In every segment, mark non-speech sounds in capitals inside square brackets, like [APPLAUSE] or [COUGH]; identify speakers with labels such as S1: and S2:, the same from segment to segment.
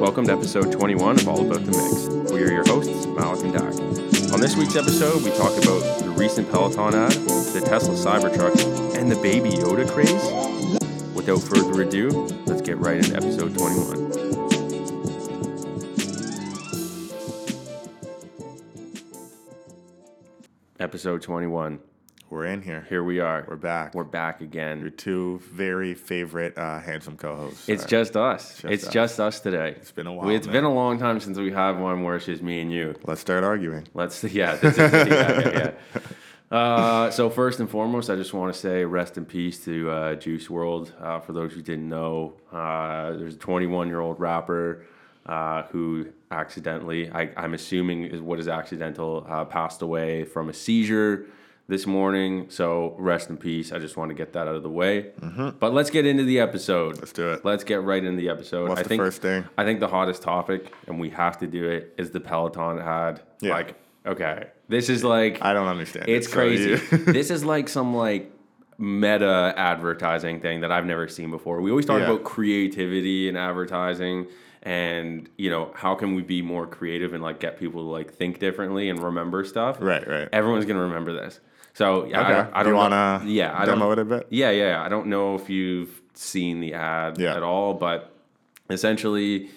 S1: Welcome to episode 21 of All About the Mix. We are your hosts, Malik and Dak. On this week's episode, we talk about the recent Peloton ad, the Tesla Cybertruck, and the Baby Yoda craze. Without further ado, let's get right into episode 21. Episode 21.
S2: We're in here.
S1: Here we are.
S2: We're back.
S1: We're back again.
S2: Your two very favorite uh, handsome co-hosts.
S1: It's
S2: are-
S1: just us.
S2: just
S1: it's
S2: us.
S1: just us today. It's
S2: been a while
S1: It's
S2: now.
S1: been a long time since we have one where it's just me and you.
S2: Let's start arguing.
S1: Let's [LAUGHS] yeah, that's exactly- yeah, yeah, yeah. Uh, so first and foremost, I just want to say rest in peace to uh, Juice World. Uh, for those who didn't know, uh, there's a 21 year old rapper uh, who accidentally, I, I'm assuming is what is accidental, uh, passed away from a seizure this morning. So rest in peace. I just want to get that out of the way. But let's get into the episode.
S2: Let's do it.
S1: Let's get right into the episode.
S2: What's
S1: I
S2: the
S1: think
S2: first thing?
S1: I think the hottest topic, and we have to do it, is the Peloton ad.
S2: Yeah.
S1: Like, okay, this is like
S2: I don't understand.
S1: it's
S2: it, so
S1: crazy.
S2: you- [LAUGHS]
S1: this is like some like meta advertising thing that I've never seen before. We always talk
S2: Yeah.
S1: about creativity and advertising and you know how can we be more creative and like get people to like think differently and remember stuff
S2: Right, right.
S1: everyone's gonna remember this so yeah, I
S2: Okay.
S1: don't- I,
S2: Do
S1: don't
S2: you
S1: know-
S2: wanna
S1: yeah I
S2: demo
S1: don't,
S2: it a bit?
S1: yeah, yeah. I don't know if you've seen the ad
S2: Yeah.
S1: at all, but essentially,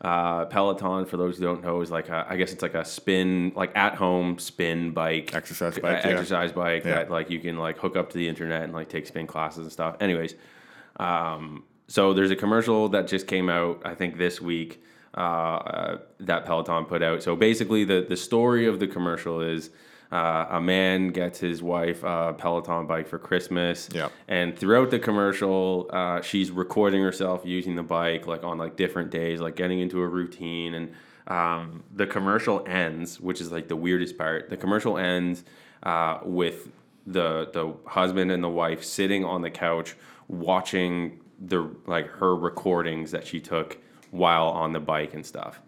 S1: uh, Peloton, for those who don't know, is like a, I guess it's like a spin, like at home spin bike,
S2: Exercise
S1: uh,
S2: bike, yeah.
S1: exercise bike
S2: Yeah.
S1: that like you can like hook up to the internet and like take spin classes and stuff. Anyways, um, so there's a commercial that just came out, I think this week, uh, uh, that Peloton put out. So basically, the the story of the commercial is uh, a man gets his wife a Peloton bike for Christmas.
S2: Yeah.
S1: And throughout the commercial, uh, she's recording herself using the bike, like on like different days, like getting into a routine. And um, the commercial ends, which is like the weirdest part. The commercial ends uh, with the the husband and the wife sitting on the couch watching the like her recordings that she took while on the bike and stuff.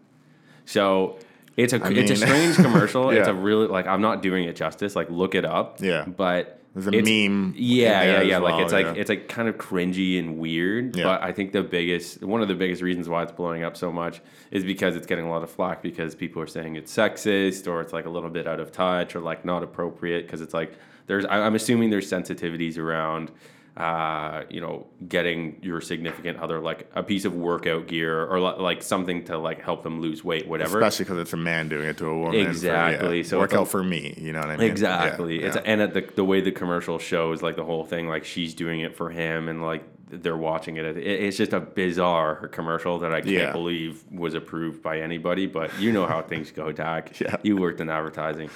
S1: So. It's a it's a
S2: mean- [LAUGHS]
S1: strange commercial. It's a
S2: Yeah.
S1: really like I'm not doing it justice. Like look it up.
S2: Yeah.
S1: But
S2: There's a meme
S1: yeah,
S2: in
S1: yeah,
S2: there
S1: yeah.
S2: as
S1: Like
S2: well,
S1: it's like
S2: yeah.
S1: it's like kind of cringy and weird.
S2: Yeah.
S1: But I think the biggest one of the biggest reasons why it's blowing up so much is because it's getting a lot of flack because people are saying it's sexist or it's like a little bit out of touch or like not appropriate because it's like there's I- I'm assuming there's sensitivities around. Uh, you know, getting your significant other like a piece of workout gear or li- like something to like help them lose weight, whatever.
S2: Especially because it's a man doing it to a woman.
S1: Exactly,
S2: So,
S1: so
S2: yeah.
S1: if
S2: Work
S1: a-
S2: out for me. You know what I mean?
S1: Exactly.
S2: Yeah,
S1: It's
S2: yeah.
S1: and at the the way the commercial shows like the whole thing like she's doing it for him and like they're watching it. it it's just a bizarre commercial that I can't
S2: Yeah.
S1: believe was approved by anybody. But you know how things go, Dak.
S2: [LAUGHS] Yeah.
S1: You worked in advertising,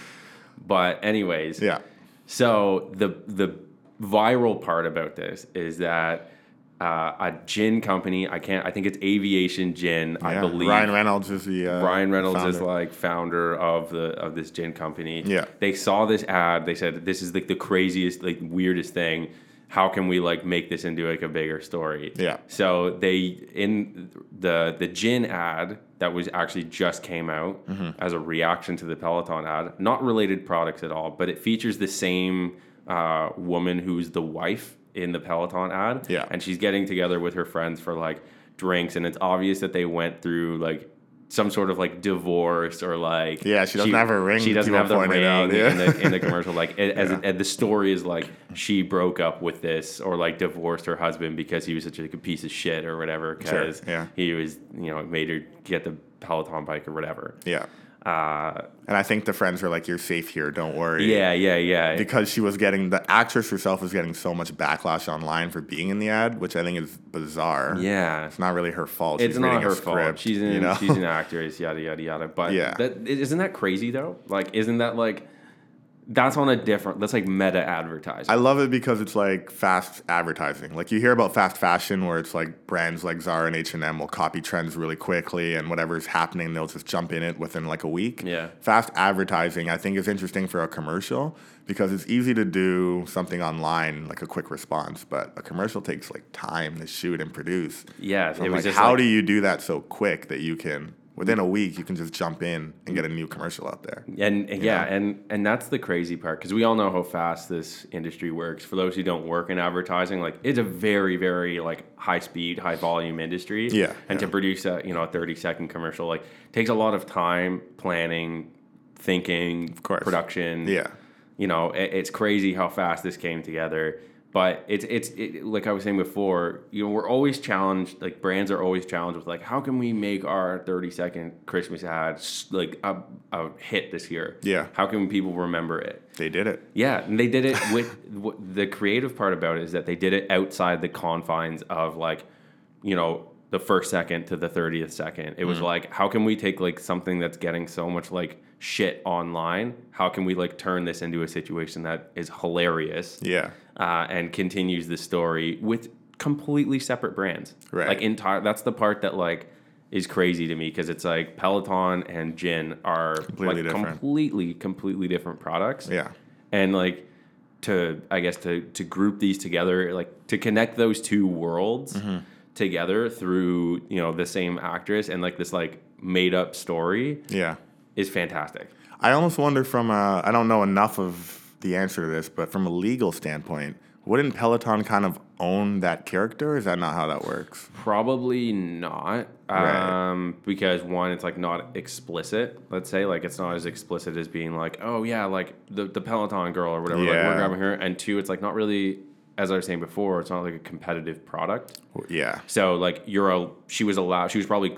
S1: but anyways,
S2: yeah.
S1: so the the viral part about this is that uh, a gin company, I can't, I think it's Aviation Gin, I
S2: Yeah.
S1: believe.
S2: Ryan Reynolds is the uh,
S1: Ryan Reynolds is
S2: founder.
S1: like founder of the of this gin company.
S2: Yeah.
S1: They saw this ad. They said this is like the craziest, like weirdest thing. How can we like make this into like a bigger story?
S2: Yeah.
S1: So they in the the gin ad that was actually just came out
S2: Mm-hmm.
S1: as a reaction to the Peloton ad, not related products at all, but it features the same uh, woman who's the wife in the Peloton ad.
S2: Yeah.
S1: And she's getting together with her friends for like drinks, and it's obvious that they went through like some sort of like divorce or like
S2: Yeah, she doesn't have her ring,
S1: She doesn't
S2: people
S1: have the
S2: pointed
S1: ring
S2: out, yeah.
S1: in, the, in the commercial. Like it, as, and the story is like she broke up with this or like divorced her husband because he was such like, a piece of shit or whatever because
S2: yeah.
S1: he was you know made her get the Peloton bike or whatever.
S2: Yeah.
S1: Uh,
S2: And I think the friends were like, "You're safe here. Don't worry."
S1: yeah, yeah, yeah.
S2: Because she was getting the actress herself was getting so much backlash online for being in the ad, which I think is bizarre.
S1: yeah.
S2: It's not really her fault.
S1: It's
S2: She's
S1: not
S2: reading a
S1: her fault.
S2: script,
S1: She's an
S2: you know?
S1: she's an actress, yada yada yada. But
S2: Yeah.
S1: that isn't that crazy though? Like isn't that like that's on a different that's like meta advertising.
S2: [LAUGHS] I love it because it's like fast advertising. Like you hear about fast fashion where it's like brands like Zara and H&M will copy trends really quickly and whatever's happening they'll just jump in it within like a week.
S1: Yeah.
S2: Fast advertising I think is interesting for a commercial because it's easy to do something online like a quick response, but a commercial takes like time to shoot and produce.
S1: yeah,
S2: So I'm
S1: it was
S2: like,
S1: just
S2: how
S1: like-
S2: do you do that so quick that you can Within a week, you can just jump in and get a new commercial out there.
S1: And, and yeah, and and that's the crazy part because we all know how fast this industry works. For those who don't work in advertising, like it's a very very like high speed, high volume industry.
S2: Yeah,
S1: and to produce a you know a thirty second commercial like takes a lot of time, planning, thinking, of
S2: course.
S1: production.
S2: Yeah.
S1: you know it, it's crazy how fast this came together. But it's it's it, like I was saying before, you know, we're always challenged. Like brands are always challenged with like, how can we make our thirty second Christmas ad s- like a, a hit this year?
S2: Yeah.
S1: How can people remember it?
S2: They did it.
S1: Yeah, and they did it with [LAUGHS] what the creative part about it is that they did it outside the confines of like, you know, the first second to the 30th second. It
S2: Mm.
S1: was like, how can we take like something that's getting so much like shit online? How can we like turn this into a situation that is hilarious
S2: Yeah.
S1: uh, and continues the story with completely separate brands?
S2: Right.
S1: Like, entire that's the part that like is crazy to me because it's like Peloton and Gin are
S2: Completely
S1: like
S2: different.
S1: completely, completely different products
S2: Yeah.
S1: and like to i guess to to group these together like to connect those two worlds
S2: Mm-hmm.
S1: together through you know the same actress and like this like made up story
S2: Yeah.
S1: is fantastic
S2: I almost wonder from a, I don't know enough of the answer to this, but from a legal standpoint, wouldn't Peloton kind of own that character? Is that not how that works?
S1: probably not
S2: Right.
S1: um because one it's like not explicit let's say like it's not as explicit as being like oh yeah like the, the peloton girl or whatever like
S2: Yeah.
S1: we're grabbing her and two it's like not really as i was saying before it's not like a competitive product
S2: Yeah.
S1: So like you're a she was allowed she was probably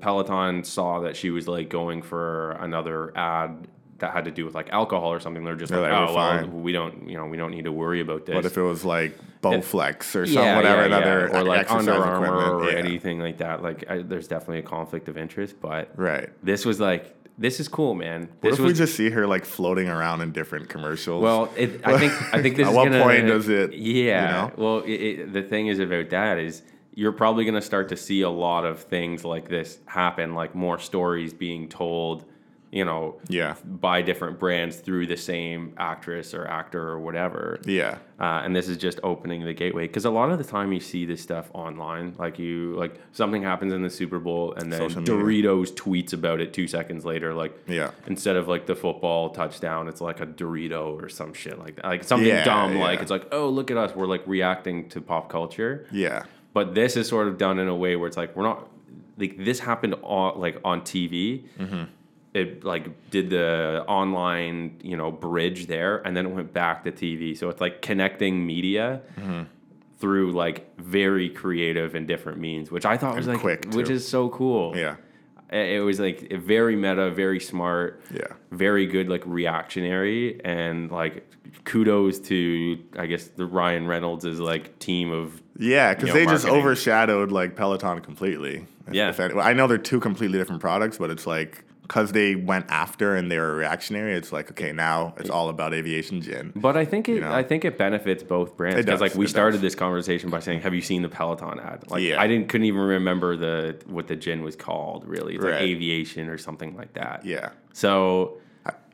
S1: Peloton saw that she was like going for another ad that had to do with like alcohol or something. They're just
S2: They're
S1: like,
S2: like,
S1: oh
S2: "We're
S1: well,
S2: fine."
S1: we don't you know we don't need to worry about this.
S2: What if it was like Bowflex or some
S1: Yeah, yeah,
S2: whatever
S1: yeah.
S2: another
S1: or like
S2: exercise
S1: Under Armour
S2: equipment?
S1: or
S2: Yeah.
S1: anything like that? Like I, there's definitely a conflict of interest, but
S2: Right.
S1: this was like this is cool, man.
S2: What
S1: This
S2: if
S1: was
S2: we just see her like floating around in different commercials?
S1: Well, it, I think I think this
S2: [LAUGHS] At
S1: is
S2: what
S1: gonna-
S2: point does it, you
S1: Yeah.
S2: know?
S1: Well, it, it, the thing is about that is you're probably going to start to see a lot of things like this happen, like more stories being told, you know,
S2: yeah,
S1: by different brands through the same actress or actor or whatever.
S2: yeah,
S1: Uh, and this is just opening the gateway because a lot of the time you see this stuff online, like you like something happens in the Super Bowl and then
S2: Social media.
S1: Doritos tweets about it two seconds later, like
S2: yeah.
S1: instead of like the football touchdown, it's like a Dorito or some shit like that. Like something
S2: Yeah,
S1: dumb,
S2: yeah.
S1: like it's like, oh, look at us. We're like reacting to pop culture.
S2: Yeah.
S1: But this is sort of done in a way where it's like, we're not like this happened on like on TV.
S2: Mm-hmm.
S1: It like did the online, you know, bridge there and then it went back to TV. So it's like connecting media.
S2: Mm-hmm.
S1: Through like very creative and different means, which I thought was like,
S2: quick,
S1: which
S2: too.
S1: is so cool.
S2: Yeah.
S1: it it was like very meta, very smart
S2: Yeah.
S1: very good like reactionary and like kudos to I guess the Ryan Reynolds is like team of
S2: Yeah, because
S1: you know,
S2: they just
S1: marketing.
S2: overshadowed like Peloton completely. If-
S1: Yeah.
S2: if any- well, I know they're two completely different products, but it's like because they went after and they were reactionary. It's like okay, now it's all about aviation gin.
S1: but I think it
S2: know?
S1: I think it benefits both brands
S2: It
S1: because like
S2: does,
S1: we
S2: it
S1: started
S2: does.
S1: this conversation by saying have you seen the Peloton ad like
S2: Yeah.
S1: I didn't couldn't even remember the what the gin was called really it's
S2: Right.
S1: like aviation or something like that
S2: Yeah.
S1: so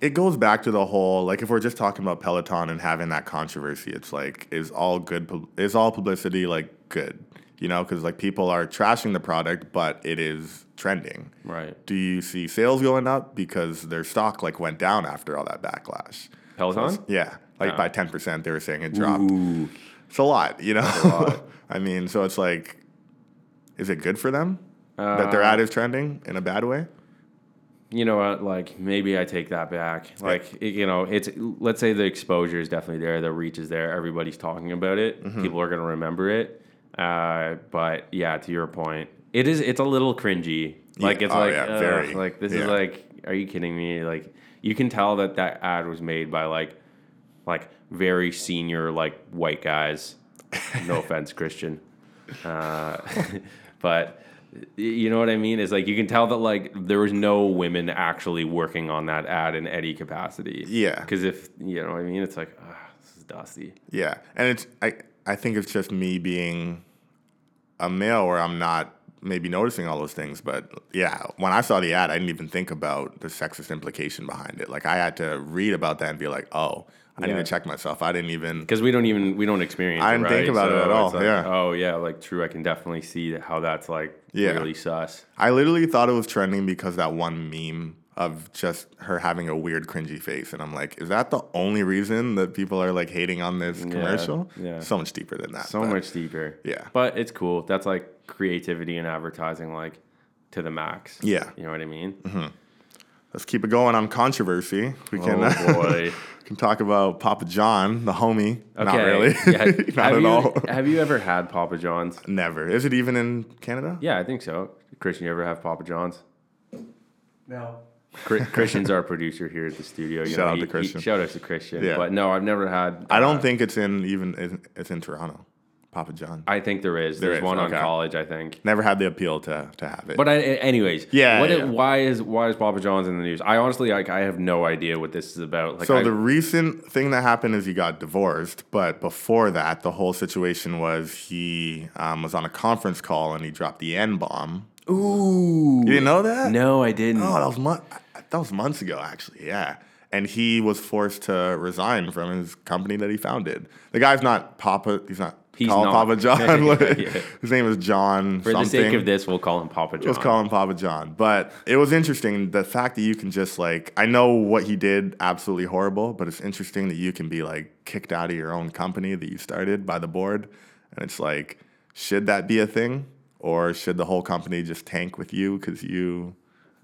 S2: It goes back to the whole like if we're just talking about Peloton and having that controversy, it's like is all good pub- is all publicity like good, you know? Because like people are trashing the product, but it is trending.
S1: right
S2: Do you see sales going up because their stock like went down after all that backlash?
S1: Peloton
S2: Yeah, like
S1: Yeah.
S2: by ten percent, they were saying it dropped.
S1: Ooh.
S2: It's a lot, you know. [LAUGHS] I mean, so it's like, is it good for them that their
S1: Uh,
S2: ad is trending in a bad way?
S1: you know what like maybe i take that back like it- you know it's let's say the exposure is definitely there the reach is there everybody's talking about it
S2: Mm-hmm.
S1: people are going to remember it uh, but yeah to your point it is it's a little cringy like
S2: Yeah.
S1: it's
S2: Oh,
S1: like
S2: yeah,
S1: ugh,
S2: very.
S1: like this
S2: Yeah.
S1: is like are you kidding me like you can tell that that ad was made by like like very senior like white guys no offense christian uh, [LAUGHS] but y- you know what I mean? It's like you can tell that like there was no women actually working on that ad in any capacity.
S2: Yeah.
S1: Because if you know what I mean, it's like ah, this is dusty.
S2: Yeah, and it's I I think it's just me being a male where I'm not maybe noticing all those things, but yeah, when I saw the ad, I didn't even think about the sexist implication behind it. Like I had to read about that and be like, oh, I need
S1: Yeah.
S2: to check myself. I didn't even.
S1: because we don't even we don't experience.
S2: I
S1: it,
S2: didn't
S1: right?
S2: think about it at
S1: it's
S2: all,
S1: like,
S2: yeah.
S1: Oh yeah, like true. I can definitely see that how that's like
S2: Yeah.
S1: really sus.
S2: I literally thought it was trending because that one meme of just her having a weird cringy face, and I'm like, is that the only reason that people are like hating on this commercial?
S1: yeah.
S2: So much deeper than that.
S1: So
S2: but-
S1: much deeper.
S2: yeah.
S1: But it's cool. That's like creativity and advertising, like to the max.
S2: Yeah. Mm-hmm.
S1: You know what I mean?
S2: Let's keep it going on controversy. We can. uh,
S1: Oh boy.
S2: [LAUGHS] can talk about Papa John, the homie. Not
S1: Okay.
S2: really.
S1: Yeah.
S2: [LAUGHS] Not
S1: have
S2: at
S1: you,
S2: all.
S1: Have you ever had Papa John's?
S2: Never. Is it even in Canada?
S1: Yeah, I think so. Christian, you ever have Papa John's?
S3: No.
S1: Chri-
S2: [LAUGHS]
S1: Christian's our producer here at the studio. You
S2: Shout out to Christian.
S1: shout out to Christian.
S2: Yeah.
S1: But no, I've never had.
S2: I don't think it's in even it's in Toronto. Papa John.
S1: I think there is.
S2: There
S1: There's
S2: is,
S1: one
S2: okay.
S1: on college, I think.
S2: Never had the appeal to to have it.
S1: But I, anyways,
S2: Yeah,
S1: What
S2: yeah,
S1: it-
S2: yeah.
S1: why is why is Papa John's in the news? I honestly like I have no idea what this is about. Like,
S2: so
S1: I,
S2: the recent thing that happened is he got divorced, but before that, the whole situation was he um, was on a conference call and he dropped the N bomb.
S1: ooh,
S2: You didn't Oh, know that?
S1: no, I didn't.
S2: No, that was mon- that was months ago, actually. Yeah, and he was forced to resign from his company that he founded. The guy's not Papa. He's not
S1: He's
S2: called
S1: not. [LAUGHS]
S2: Papa John. [LAUGHS] Like,
S1: Yeah.
S2: His name is John.
S1: For the
S2: something.
S1: sake of this, we'll call him Papa John.
S2: Let's call him Papa John. But it was interesting the fact that you can just like I know what he did absolutely horrible, but it's interesting that you can be like kicked out of your own company that you started by the board, and it's like should that be a thing or should the whole company just tank with you because you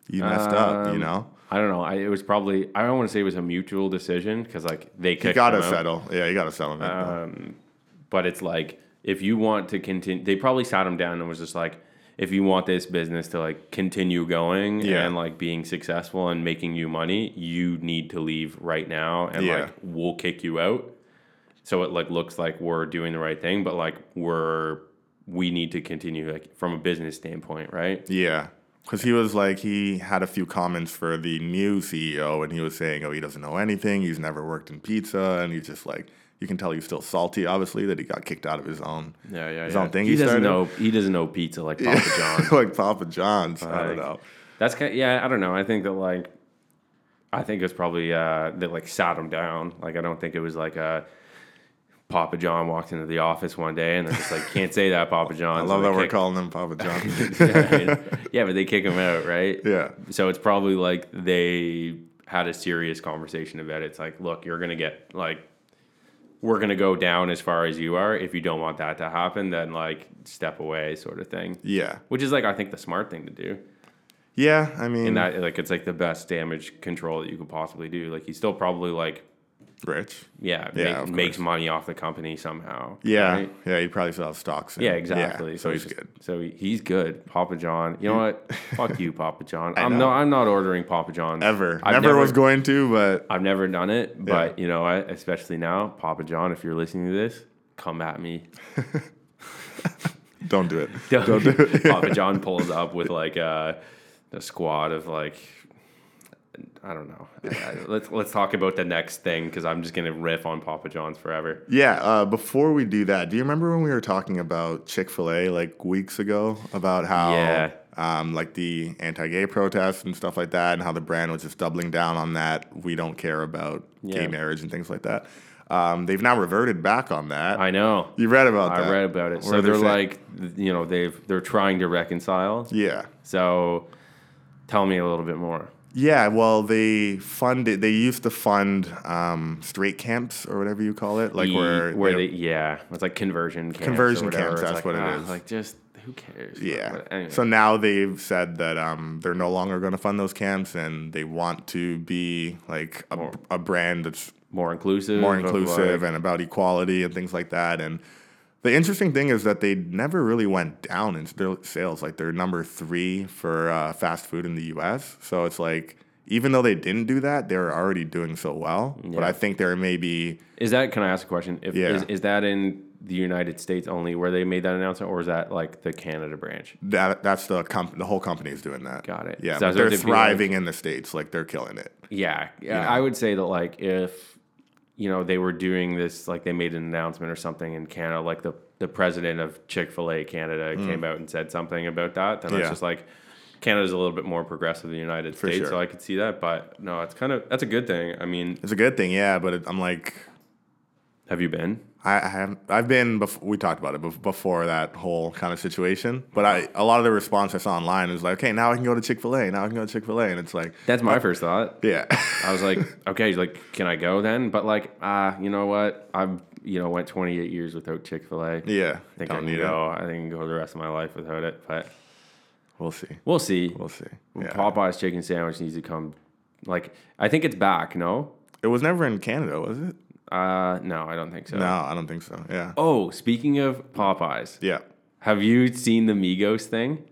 S2: you messed up? You
S1: Um,
S2: know,
S1: I don't know. I, it was probably I don't want to say it was a mutual decision because like they
S2: you
S1: kicked
S2: gotta
S1: him out. Uh,
S2: settle. Yeah, you gotta settle. man.
S1: but it's like if you want to continue they probably sat him down and was just like if you want this business to like continue going
S2: Yeah.
S1: and like being successful and making you money you need to leave right now and
S2: Yeah.
S1: like we'll kick you out so it like looks like we're doing the right thing but like we're we need to continue like from a business standpoint right
S2: Yeah. Because he was like, he had a few comments for the new CEO, and he was saying, oh, he doesn't know anything. He's never worked in pizza. And he's just like, you can tell he's still salty, obviously, that he got kicked out of his
S1: [LAUGHS]
S2: own,
S1: yeah yeah,
S2: his own thing.
S1: he, doesn't
S2: started.
S1: know he doesn't know pizza like papa
S2: [LAUGHS]
S1: john
S2: like Papa John's. I don't
S1: Like,
S2: know.
S1: That's kind yeah, I don't know. I think that like I think it was probably uh that like sat him down. Like I don't think it was like uh Papa John walked into the office one day and they're just like, can't say that, Papa John.
S2: [LAUGHS] I love that we're calling him Papa John.
S1: [LAUGHS]
S2: [LAUGHS]
S1: yeah, but they kick him out, right?
S2: yeah.
S1: So it's probably like they had a serious conversation about it. It's like, look, you're gonna get like we're gonna go down as far as you are. If you don't want that to happen, then like step away, sort of thing.
S2: Yeah.
S1: Which is like I think the smart thing to do.
S2: Yeah. I mean,
S1: And that like it's like the best damage control that you could possibly do. Like he's still probably like
S2: rich.
S1: yeah,
S2: Yeah,
S1: make-
S2: of course.
S1: makes money off the company somehow.
S2: Yeah.
S1: right?
S2: Yeah. He probably still has stocks. in-
S1: Yeah, exactly.
S2: so
S1: it's
S2: he's
S1: just-
S2: good.
S1: So he- he's good, Papa John. You know
S2: [LAUGHS]
S1: what? Fuck you, Papa John. I'm
S2: know.
S1: no, I'm not ordering Papa John
S2: Ever. never, was going to, but
S1: I've never done it, but you know what? Especially now, Papa John. If you're listening to this, come at me.
S2: don't do it.
S1: Don't [LAUGHS] Papa John pulls up with like a, a squad of like I don't know. I- I- let's let's talk about the next thing because I'm just gonna riff on Papa John's forever.
S2: Yeah. Uh, before we do that, do you remember when we were talking about Chick Fil A like weeks ago about how
S1: Yeah.
S2: um, like the anti-gay protests and stuff like that, and how the brand was just doubling down on that? We don't care about
S1: Yeah.
S2: gay marriage and things like that. Um, they've now reverted back on that.
S1: I know.
S2: you read about that?
S1: I read about it.
S2: Where
S1: So they're
S2: saying-
S1: like, you know, they've they're trying to reconcile.
S2: yeah.
S1: So tell me a little bit more.
S2: Yeah, well, they funded. They used to fund um, straight camps or whatever you call it, like
S1: E-
S2: where
S1: where they yeah, it's like conversion camps. or
S2: Conversion camps,
S1: whatever. It's
S2: that's
S1: like,
S2: what it
S1: ah,
S2: is.
S1: Like just who cares?
S2: Yeah.
S1: But anyway.
S2: So now they've said that um, they're no longer going to fund those camps, and they want to be like a, a brand that's
S1: more inclusive.
S2: more
S1: of, like,
S2: inclusive and about equality and things like that. And the interesting thing is that they never really went down in their sales. Like they're number three for uh, fast food in the U.S. So it's like even though they didn't do that, they were already doing so well. But
S1: Yeah.
S2: I think there may be
S1: Is that? Can I ask a question? If,
S2: Yeah.
S1: Is, is that in the United States only where they made that announcement, or is that like the Canada branch?
S2: that that's the comp- the whole company is doing that.
S1: Got it.
S2: Yeah,
S1: So
S2: but
S1: it's
S2: they're
S1: gonna be like-
S2: thriving in the states. Like they're killing it.
S1: Yeah, yeah. I would say that like if you know they were doing this, like they made an announcement or something in Canada, like the the president of Chick Fil A Canada came out and said something about that, then
S2: Mm. Yeah.
S1: it's just like. Canada's a little bit more progressive than the United
S2: For
S1: States,
S2: sure.
S1: so I could see that. But no, it's kind of that's a good thing. I mean,
S2: It's a good thing, yeah. But it, I'm like,
S1: have you been?
S2: I, I have I've been before we talked about it bef- before that whole kind of situation. But I a lot of the response I saw online is like, okay, now I can go to Chick Fil A. Now I can go to Chick Fil A, and it's like,
S1: That's my first thought.
S2: [LAUGHS] yeah, [LAUGHS]
S1: I was like, okay, like, can I go then? But like, ah, you know what? I've you know went 28 years without Chick Fil A.
S2: yeah.
S1: I think I can go. I think I can go the rest of my life without it. But
S2: We'll see.
S1: we'll see.
S2: We'll see. Yeah.
S1: Popeye's chicken sandwich needs to come. Like, I think it's back. No,
S2: It was never in Canada, was it?
S1: uh, no, I don't think so.
S2: No, I don't think so. Yeah.
S1: Oh, speaking of Popeyes,
S2: Yeah.
S1: have you seen the Migos thing?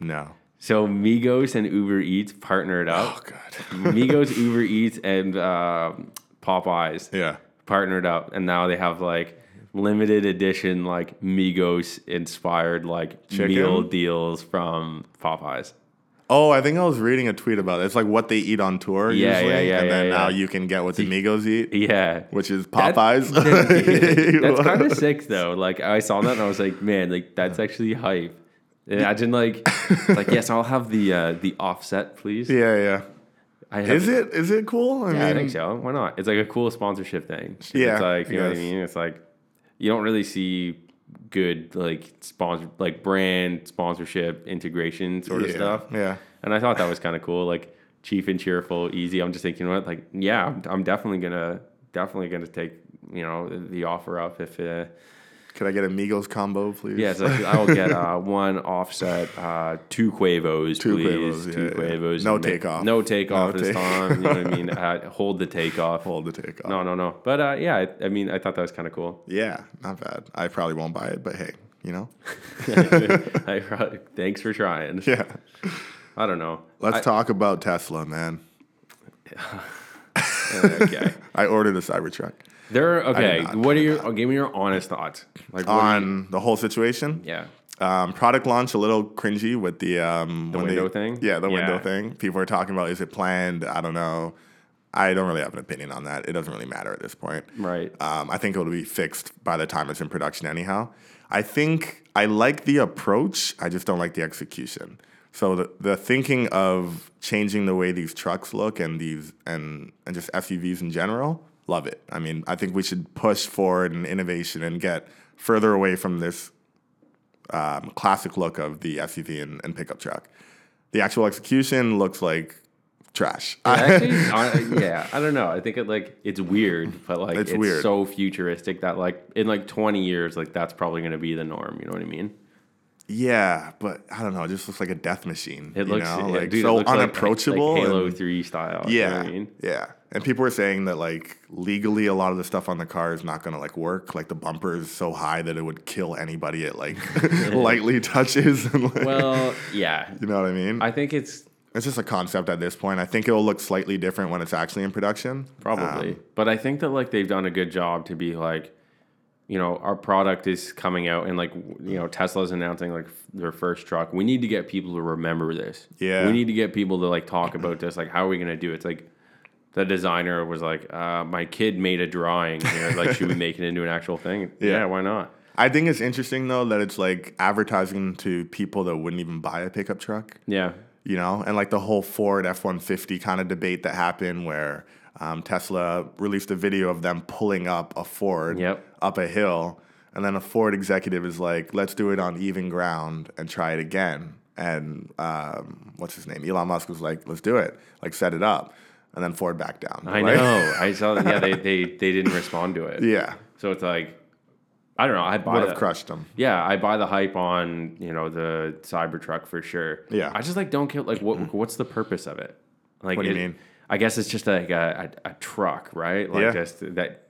S2: No.
S1: So Migos and Uber Eats partnered
S2: Oh [LAUGHS]
S1: up.
S2: god.
S1: Migos, Uber Eats, and uh, Popeyes
S2: yeah.
S1: partnered up, and now they have like limited edition like Migos inspired like
S2: Chicken?
S1: meal deals from Popeyes.
S2: Oh, I think I was reading a tweet about it. It's like what they eat on tour
S1: Yeah,
S2: usually,
S1: yeah, yeah,
S2: and then
S1: yeah,
S2: now
S1: yeah.
S2: you can get what the Migos eat, [LAUGHS]
S1: Yeah.
S2: which is
S1: That-
S2: Popeyes. [LAUGHS]
S1: That's kind of sick though. Like I saw that and I was like, man, like that's actually hype. Imagine
S2: [LAUGHS]
S1: like, like yes, I'll have the uh, the offset, please.
S2: yeah, yeah.
S1: I have
S2: Is it is it cool? I
S1: Yeah, I
S2: mean,
S1: think so. Why not? It's like a cool sponsorship thing.
S2: Yeah,
S1: it's like
S2: I
S1: you know what I
S2: guess.
S1: mean. It's like you don't really see good like sponsor like brand sponsorship integration sort
S2: yeah,
S1: of stuff.
S2: Yeah.
S1: And I thought that was kind of cool, like cheap and cheerful, easy. I'm just thinking, you know what? Like, yeah, I'm, I'm definitely gonna definitely gonna take you know the offer up if uh,
S2: Could I get a Migos combo, please?
S1: yeah. It's like I will get uh, one offset, uh, two Quavos,
S2: Two
S1: please,
S2: Quavos,
S1: two
S2: yeah, yeah.
S1: Quavos,
S2: No
S1: and ma-
S2: takeoff.
S1: no takeoff
S2: No
S1: this
S2: take-
S1: time. You know what I
S2: [LAUGHS]
S1: mean? Uh, hold the takeoff.
S2: [LAUGHS] Hold the take off.
S1: No, no, no. But uh, yeah, I, I mean, I thought that was kind of cool.
S2: [LAUGHS]
S1: [LAUGHS]
S2: Yeah, not bad. I probably won't buy it, but hey, you know.
S1: I, probably- thanks for trying.
S2: Yeah.
S1: I don't
S2: [LAUGHS]
S1: know.
S2: Let's
S1: I-
S2: talk about Tesla, man.
S1: Okay.
S2: I ordered a Cybertruck
S1: There. Are, okay.
S2: not,
S1: What are your? oh, give me your honest thoughts. Like what are you-
S2: on the whole situation.
S1: yeah.
S2: Um, product launch a little cringy with the um the
S1: window thing?
S2: Yeah, the window
S1: Yeah.
S2: thing. People are talking about is it planned? I don't know. I don't really have an opinion on that. It doesn't really matter at this point.
S1: Right.
S2: Um, I think it'll be fixed by the time it's in production, anyhow. I think I like the approach, I just don't like the execution. So the, the thinking of changing the way these trucks look and these and and just SUVs in general, love it. I mean, I think we should push forward in innovation and get further away from this um, classic look of the SUV and, and pickup truck. The actual execution looks like trash. [LAUGHS]
S1: Actually, I, yeah. I don't know. I think it like it's weird, but like
S2: It's
S1: it's,
S2: weird.
S1: so futuristic that like in like 20 years, like that's probably gonna be the norm. You know what I mean?
S2: Yeah, but I don't know. It just looks like a death machine.
S1: It
S2: you
S1: looks
S2: know?
S1: yeah,
S2: like
S1: dude, it
S2: so
S1: looks like- like-
S2: unapproachable.
S1: like, Halo
S2: and-
S1: Three style.
S2: yeah,
S1: You know what I mean?
S2: yeah. And people were saying that like legally, a lot of the stuff on the car is not gonna like work. Like the bumper is so high that it would kill anybody
S1: [LAUGHS]
S2: it like [LAUGHS] lightly touches. And, like,
S1: Well, yeah.
S2: you know what I mean?
S1: I think it's
S2: it's just a concept at this point. I think it'll look slightly different when it's actually in production.
S1: probably
S2: Um,
S1: but i think that like they've done a good job to be like you know our product is coming out and like w- you know tesla's announcing like f- their first truck we need to get people to remember this
S2: Yeah.
S1: we need to get people to like talk about this like how are we going to do it it's like the designer was like uh, my kid made a drawing here like should we make it into an actual
S2: [LAUGHS]
S1: thing yeah, why not
S2: I think it's interesting though that it's like advertising to people that wouldn't even buy a pickup truck.
S1: yeah
S2: you know, and like the whole Ford F 150 kind of debate that happened where um, Tesla released a video of them pulling up a Ford
S1: Yep.
S2: up a hill. And then a Ford executive is like, let's do it on even ground and try it again. And um, what's his name? Elon Musk was like, let's do it, like set it up. And then Ford backed down.
S1: i
S2: Like-
S1: know i saw that yeah they, they they didn't respond to it
S2: [LAUGHS] yeah.
S1: so it's like i don't know i buy
S2: Would
S1: that.
S2: have crushed them.
S1: Yeah, I buy the hype on you know the Cybertruck for sure.
S2: Yeah.
S1: I just like don't care. Like, what what's the purpose of it? Like,
S2: What do you
S1: it-
S2: mean?
S1: I guess it's just like a, a, a truck, right? Like
S2: Yeah.
S1: just that.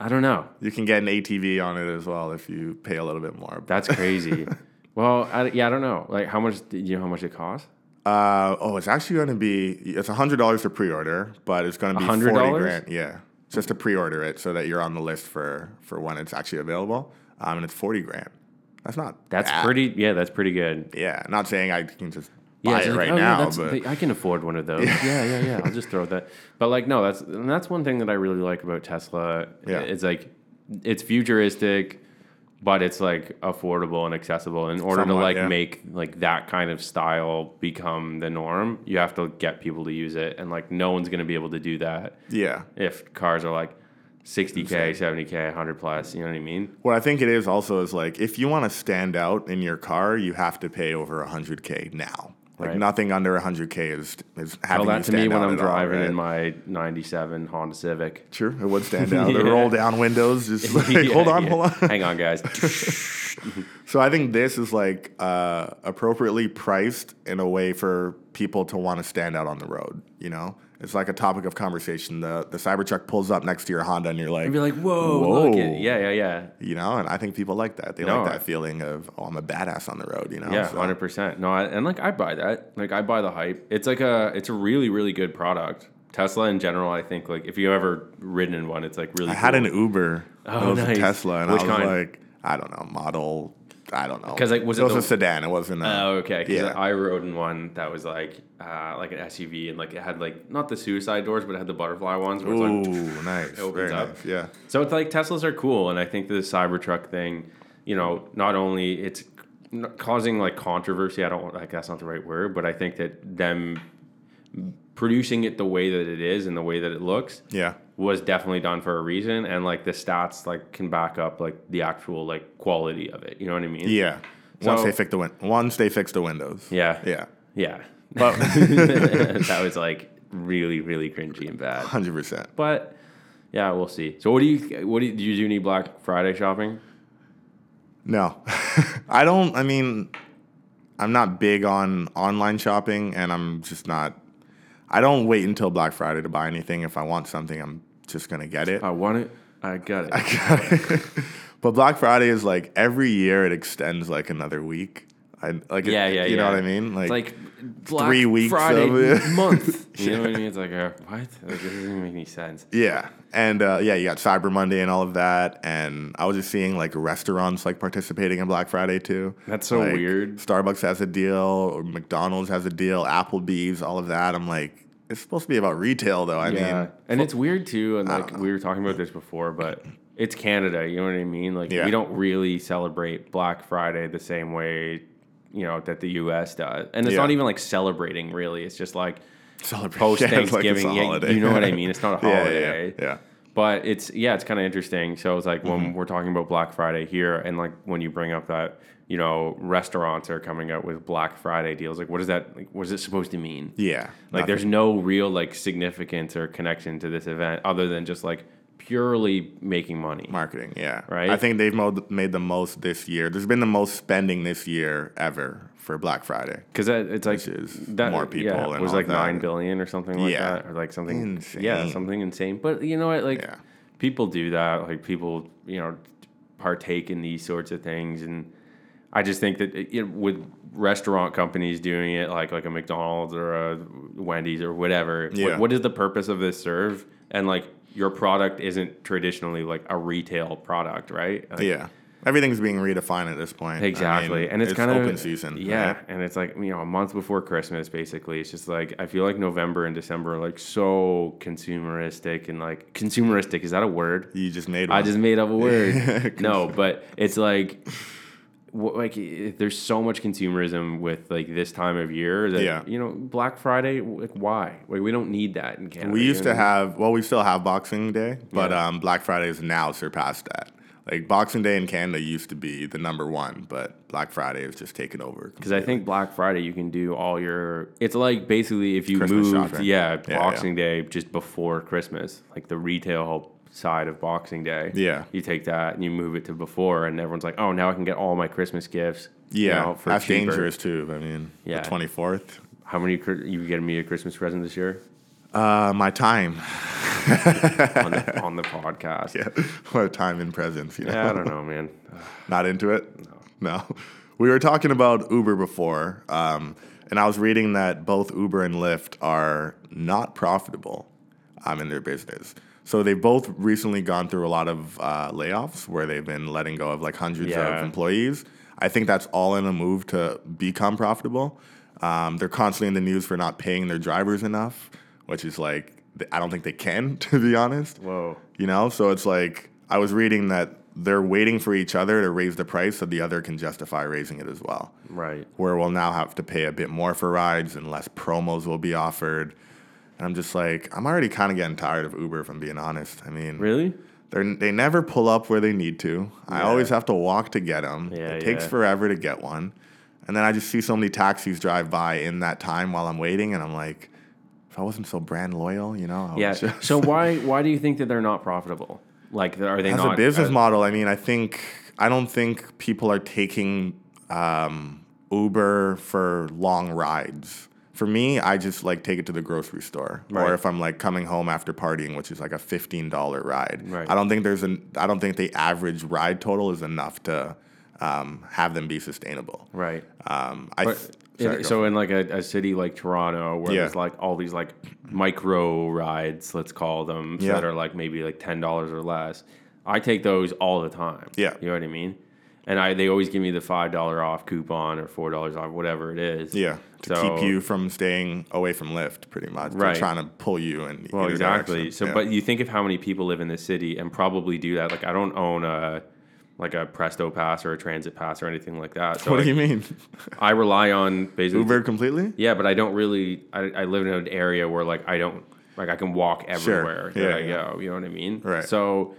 S1: I don't know.
S2: You can get an ATV on it as well if you pay a little bit more.
S1: That's
S2: [LAUGHS]
S1: crazy. well, I, yeah, I don't know. Like, how much? Do you know how much it costs?
S2: Uh, oh, it's actually going to be it's hundred dollars to pre-order, but it's going to be
S1: $100?
S2: forty grand. Yeah, just to pre-order it so that you're on the list for for when it's actually available. Um, and it's forty grand. That's not.
S1: That's
S2: bad.
S1: pretty. Yeah, that's pretty good.
S2: Yeah, not saying I can just
S1: Yeah,
S2: buy
S1: it's
S2: it
S1: like,
S2: right
S1: oh, yeah,
S2: now,
S1: that's-
S2: but
S1: I can afford one of those. Yeah. yeah, yeah, I'll just throw that. But like, no, that's and that's one thing that I really like about Tesla.
S2: Yeah.
S1: it's like it's futuristic. but it's like affordable and accessible. In order
S2: Somewhat,
S1: to like
S2: yeah.
S1: make like that kind of style become the norm, you have to get people to use it, and like no one's gonna be able to do that
S2: Yeah.
S1: if cars are like. 60k, 70k, 100 plus. You know what I mean?
S2: What I think it is also is like if you want to stand out in your car, you have to pay over 100k now. Like
S1: Right.
S2: nothing under 100k is is having
S1: Tell
S2: you
S1: that to me
S2: stand
S1: when
S2: out
S1: I'm
S2: at all,
S1: driving in
S2: right?
S1: my '97 Honda Civic.
S2: Sure, it would stand
S1: [LAUGHS]
S2: out. The
S1: Yeah.
S2: roll down
S1: [LAUGHS]
S2: windows, just like, hold
S1: Yeah,
S2: on,
S1: yeah.
S2: hold on.
S1: Hang on,
S2: [LAUGHS]
S1: guys.
S2: So I think this is like uh, appropriately priced in a way for people to want to stand out on the road. You know, it's like a topic of conversation. The the Cybertruck pulls up next to your Honda, and you're like,
S1: I'd be like, whoa,
S2: Whoa.
S1: look at- yeah, yeah, yeah,
S2: you know, and I think people like that. They
S1: No.
S2: like that feeling of oh, I'm a badass on the road. You know,
S1: yeah,
S2: So-
S1: hundred percent. No, I, and like I buy that. Like I buy the hype. It's like a, it's a really, really good product. Tesla in general, I think like if you've ever ridden in one, it's like really.
S2: I had
S1: cool.
S2: an Uber.
S1: Oh,
S2: it was
S1: nice.
S2: a Tesla, and
S1: Which
S2: I was
S1: kind?
S2: like, I don't know, model. I don't know.
S1: 'Cause, like, was
S2: it
S1: it
S2: was
S1: the-
S2: a sedan? It wasn't. A,
S1: Oh, okay. Because
S2: Yeah.
S1: I rode in one that was like, uh, like an SUV, and like it had like not the suicide doors, but it had the butterfly ones. Where it's like,
S2: Ooh, nice.
S1: opens
S2: Very
S1: up.
S2: nice. Yeah.
S1: So it's like Teslas are cool, and I think the Cybertruck thing, you know, not only it's n- causing like controversy. I don't like that's not the right word, but I think that them producing it the way that it is and the way that it looks
S2: Yeah.
S1: was definitely done for a reason, and like the stats like can back up like the actual like quality of it. You know what I mean?
S2: Yeah. Once
S1: So-
S2: they fix the win- once they fix the windows.
S1: Yeah.
S2: Yeah.
S1: Yeah. [LAUGHS]
S2: Well,
S1: that was like really, really cringy and bad.
S2: hundred percent.
S1: But yeah, we'll see. So what do you what do you, do you do any Black Friday shopping?
S2: No, [LAUGHS] I don't. I mean, I'm not big on online shopping, and I'm just not. I don't wait until Black Friday to buy anything. If I want something, I'm just gonna get it. [LAUGHS]
S1: I want it. I got it.
S2: but Black Friday is like every year it extends like another week. I like it-
S1: yeah, yeah,
S2: You know
S1: yeah.
S2: what I mean?
S1: It's
S2: Like,
S1: like Black
S2: three weeks
S1: Friday
S2: of it.
S1: month. You know what I
S2: [LAUGHS]
S1: mean? It's like uh, what? Like, this doesn't make any sense.
S2: yeah, and uh, yeah, you got Cyber Monday and all of that. And I was just seeing like restaurants like participating in Black Friday too.
S1: That's so
S2: Like,
S1: weird.
S2: Starbucks has a deal, or McDonald's has a deal, Applebee's, all of that. I'm like, it's supposed to be about retail though. I mean,
S1: and it's weird too. And like we were talking about this before, but it's Canada. You know what I mean? Like
S2: Yeah.
S1: we don't really celebrate Black Friday the same way, you know, that the U.S. does. And it's
S2: Yeah.
S1: not even like celebrating really. It's just like
S2: celebration
S1: post
S2: like it's
S1: [LAUGHS]
S2: a
S1: Thanksgiving. Yeah,
S2: holiday.
S1: you know what I mean? It's not a
S2: [LAUGHS] Yeah, yeah,
S1: holiday.
S2: yeah, yeah.
S1: But it's yeah, it's kind of interesting. So it's like when we're talking about Black Friday here, and like when you bring up that you know restaurants are coming out with Black Friday deals, like what is that? Like, what is it supposed to mean?
S2: Yeah,
S1: Like
S2: nothing.
S1: there's no real like significance or connection to this event other than just like purely making money.
S2: marketing. Yeah,
S1: Right?
S2: I think they've mo- made the most this year. There's been the most spending this year ever for Black Friday.
S1: Because it's like
S2: Which is
S1: that,
S2: more
S1: yeah,
S2: people
S1: it
S2: and
S1: was
S2: all
S1: like
S2: that.
S1: nine billion or something like
S2: Yeah.
S1: that, or like something yeah
S2: Insane.
S1: something insane. But you know what, like
S2: Yeah.
S1: people do that, like people you know partake in these sorts of things, and I just think that it, it, with restaurant companies doing it, like like a McDonald's or a Wendy's or whatever, what-
S2: Yeah.
S1: what is the purpose of this serve? And like your product isn't traditionally like a retail product, right? Like,
S2: yeah, everything's being redefined at this point. I mean,
S1: Exactly, and it's, kind of
S2: open season.
S1: Yeah,
S2: right?
S1: and it's like you know a month before Christmas, basically. It's just like I feel like November and December are like so consumeristic and like consumeristic. Is that a word?
S2: you just made. One.
S1: I just made up a
S2: [LAUGHS]
S1: word. no, but it's like. wh- Like i- there's so much consumerism with like this time of year that
S2: Yeah.
S1: you know Black Friday like why like we don't need that in Canada.
S2: We
S1: you
S2: used
S1: know
S2: to
S1: what I
S2: have, well, we still have Boxing Day, but
S1: Yeah.
S2: um, Black Friday has now surpassed that. Like Boxing Day in Canada used to be the number one, but Black Friday has just taken over.
S1: Because I think Black Friday, you can do all your. It's like basically if you
S2: Christmas
S1: moved,
S2: shopping.
S1: yeah,
S2: Yeah,
S1: Boxing Day just before Christmas, like the retail side of Boxing Day.
S2: Yeah.
S1: you take that and you move it to before, and everyone's like, "Oh, now I can get all my Christmas gifts." you
S2: yeah,
S1: know, for
S2: that's
S1: cheaper."
S2: dangerous too. I mean,
S1: Yeah.
S2: the twenty fourth.
S1: How many cr- you getting me a Christmas present this year
S2: Uh, my time, [LAUGHS]
S1: on the, on the podcast?
S2: yeah, my time in presence. You
S1: [LAUGHS]
S2: know,
S1: Yeah, I don't know, man.
S2: Not into it? No. [LAUGHS] We were talking about Uber before, um, and I was reading that both Uber and Lyft are not profitable um, in their business. So they've both recently gone through a lot of uh, layoffs where they've been letting go of like hundreds
S1: Yeah.
S2: of employees. I think that's all in a move to become profitable. Um, they're constantly in the news for not paying their drivers enough, which is like, I don't think they can, [LAUGHS] to be honest
S1: Whoa.
S2: you know so it's like i was reading that they're waiting for each other to raise the price so the other can justify raising it as well.
S1: Right.
S2: Where we'll now have to pay a bit more for rides and less promos will be offered. And I'm just like, I'm already kind of getting tired of Uber, if I'm being honest. I mean,
S1: Really?
S2: they're, they never pull up where they need to. I
S1: Yeah.
S2: always have to walk to get them.
S1: Yeah,
S2: it takes
S1: yeah.
S2: forever to get one. And then I just see so many taxis drive by in that time while I'm waiting, and I'm like, if I wasn't so brand loyal, you know? I would [LAUGHS]
S1: Yeah.
S2: just-
S1: So why why do you think that they're not profitable? Like, are they
S2: as
S1: not
S2: a business
S1: are-
S2: model, I mean, I think I don't think people are taking um, Uber for long rides. For me, I just like take it to the grocery store,
S1: Right.
S2: or if I'm like coming home after partying, which is like a fifteen dollar ride.
S1: Right.
S2: I don't think there's an I don't think the average ride total is enough to um, have them be sustainable.
S1: Right.
S2: Um, I
S1: But
S2: th-
S1: in-
S2: sorry, go.
S1: so in like a, a city like Toronto, where
S2: Yeah.
S1: there's like all these like micro rides, let's call them, so
S2: Yeah.
S1: that are like maybe like ten dollars or less. I take those all the time.
S2: Yeah.
S1: you know what I mean. And I they always give me the five dollar off coupon or four dollars off, whatever it is.
S2: yeah, to
S1: So-
S2: keep you from staying away from Lyft, pretty much. They're
S1: Right.
S2: trying to pull you in.
S1: Well,
S2: either
S1: exactly.
S2: direction.
S1: So,
S2: Yeah.
S1: but you think of how many people live in this city and probably do that. Like, I don't own a like a Presto pass or a Transit pass or anything like that. So
S2: [LAUGHS] [LAUGHS] what
S1: like,
S2: do you mean?
S1: I rely on basically
S2: Uber completely?
S1: Yeah, but I don't really. I, I live in an area where like I don't like I can walk everywhere that
S2: Yeah,
S1: I
S2: yeah.
S1: go. You know what I mean?
S2: Right.
S1: So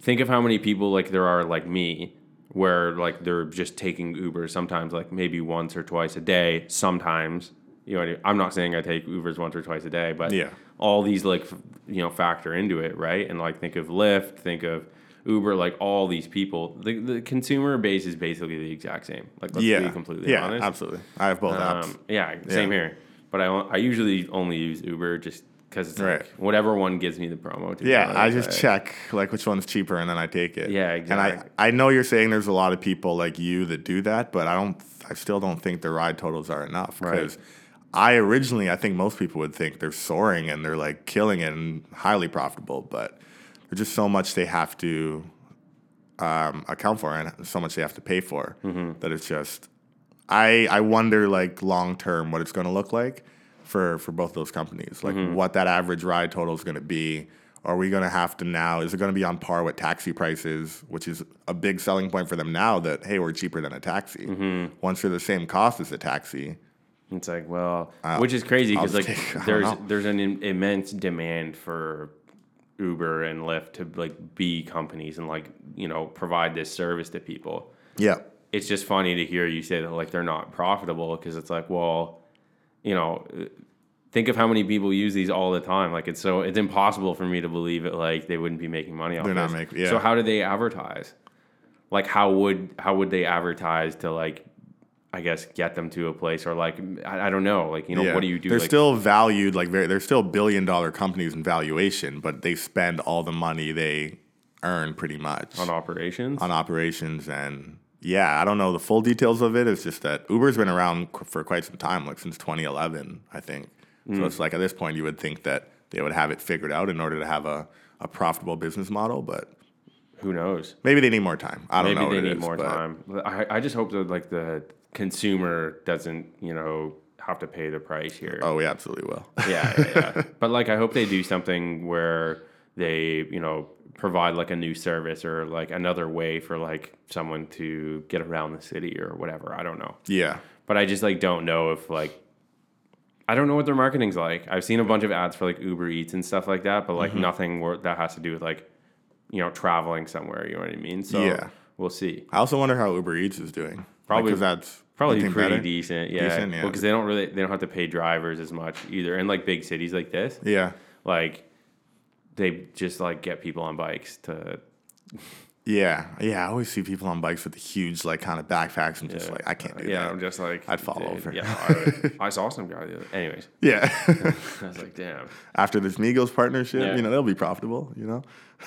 S1: think of how many people like there are like me, where like they're just taking Uber sometimes like maybe once or twice a day. Sometimes you know what I mean? I'm not saying I take Ubers once or twice a day, but
S2: Yeah.
S1: all these like f- you know factor into it, right? And like think of Lyft, think of. Uber, like all these people, the, the consumer base is basically the exact same. Like, let's
S2: yeah,
S1: be completely
S2: yeah,
S1: honest.
S2: absolutely. I have both apps.
S1: Um, yeah, same
S2: Yeah.
S1: here. But I, on- I usually only use Uber just because it's like
S2: Right.
S1: whatever one gives me the promo. To be
S2: Yeah,
S1: honest,
S2: I just check like which one's cheaper and then I take it.
S1: uh, Yeah,
S2: And
S1: exact-
S2: I I know you're saying there's a lot of people like you that do that, but I don't. I still don't think the ride totals are enough
S1: Right.
S2: because I originally I think most people would think they're soaring and they're like killing it and highly profitable, but there's just so much they have to um, account for and so much they have to pay for
S1: Mm-hmm.
S2: that it's just I I wonder like long term what it's going to look like for for both those companies, like
S1: Mm-hmm.
S2: what that average ride total is going to be. Are we going to have to now? Is it going to be on par with taxi prices, which is a big selling point for them now? That hey, we're cheaper than a taxi.
S1: Mm-hmm.
S2: Once you're the same cost as a taxi,
S1: It's like well, which is crazy because
S2: I'll
S1: like
S2: take- [LAUGHS] I don't
S1: there's
S2: know.
S1: there's an im- immense demand for Uber and Lyft to like be companies and like you know provide this service to people.
S2: yeah,
S1: It's just funny to hear you say that like they're not profitable because it's like well, you know. uh, Think of how many people use these all the time. Like it's so it's impossible for me to believe it. Like they wouldn't be making money off.
S2: They're not
S1: this.
S2: make- yeah.
S1: So how do they advertise? Like how would how would they advertise to like, I guess get them to a place or like I, I don't know like you know
S2: yeah.
S1: what do you do?
S2: They're
S1: like,
S2: still valued like very, they're still billion dollar companies in valuation, but they spend all the money they earn pretty much
S1: on operations.
S2: on operations and yeah, I don't know the full details of it. It's just that Uber's been around qu- for quite some time, like since 2011, I think.
S1: Hmm.
S2: So it's like at this point, you would think that they would have it figured out in order to have a, a profitable business model, but
S1: Who knows?
S2: maybe they need more time. I
S1: Maybe
S2: don't know. what
S1: they
S2: it
S1: need
S2: is,
S1: more
S2: but-
S1: time. I I just hope that like the consumer doesn't you know have to pay the price here.
S2: Oh, we absolutely will. [LAUGHS]
S1: yeah, yeah, yeah. [LAUGHS] but like I hope they do something where they, you know, provide like a new service or like another way for like someone to get around the city or whatever. I don't know.
S2: yeah.
S1: But I just like don't know if like I don't know what their marketing's like. I've seen a bunch of ads for like Uber Eats and stuff like that, but like
S2: Mm-hmm.
S1: nothing wor- that has to do with like you know traveling somewhere. You know what I mean? So
S2: Yeah.
S1: we'll see.
S2: I also wonder how Uber Eats is doing. Like,
S1: Probably-
S2: 'cause that's
S1: Probably
S2: looking
S1: pretty
S2: better.
S1: decent, yeah.
S2: Decent, yeah.
S1: Because they don't really they don't have to pay drivers as much either. In like big cities like this,
S2: Yeah.
S1: like they just like get people on bikes to
S2: Yeah. Yeah. I always see people on bikes with huge, like, kind of backpacks and just like, I can't do
S1: yeah
S2: that. [LAUGHS]
S1: i'm just like
S2: I'd fall
S1: dude,
S2: over.
S1: yeah I, would- [LAUGHS] I saw some guy the other anyways
S2: yeah.
S1: i was like [LAUGHS] damn
S2: After this Migos partnership,
S1: Yeah.
S2: you know, they'll be profitable, you know?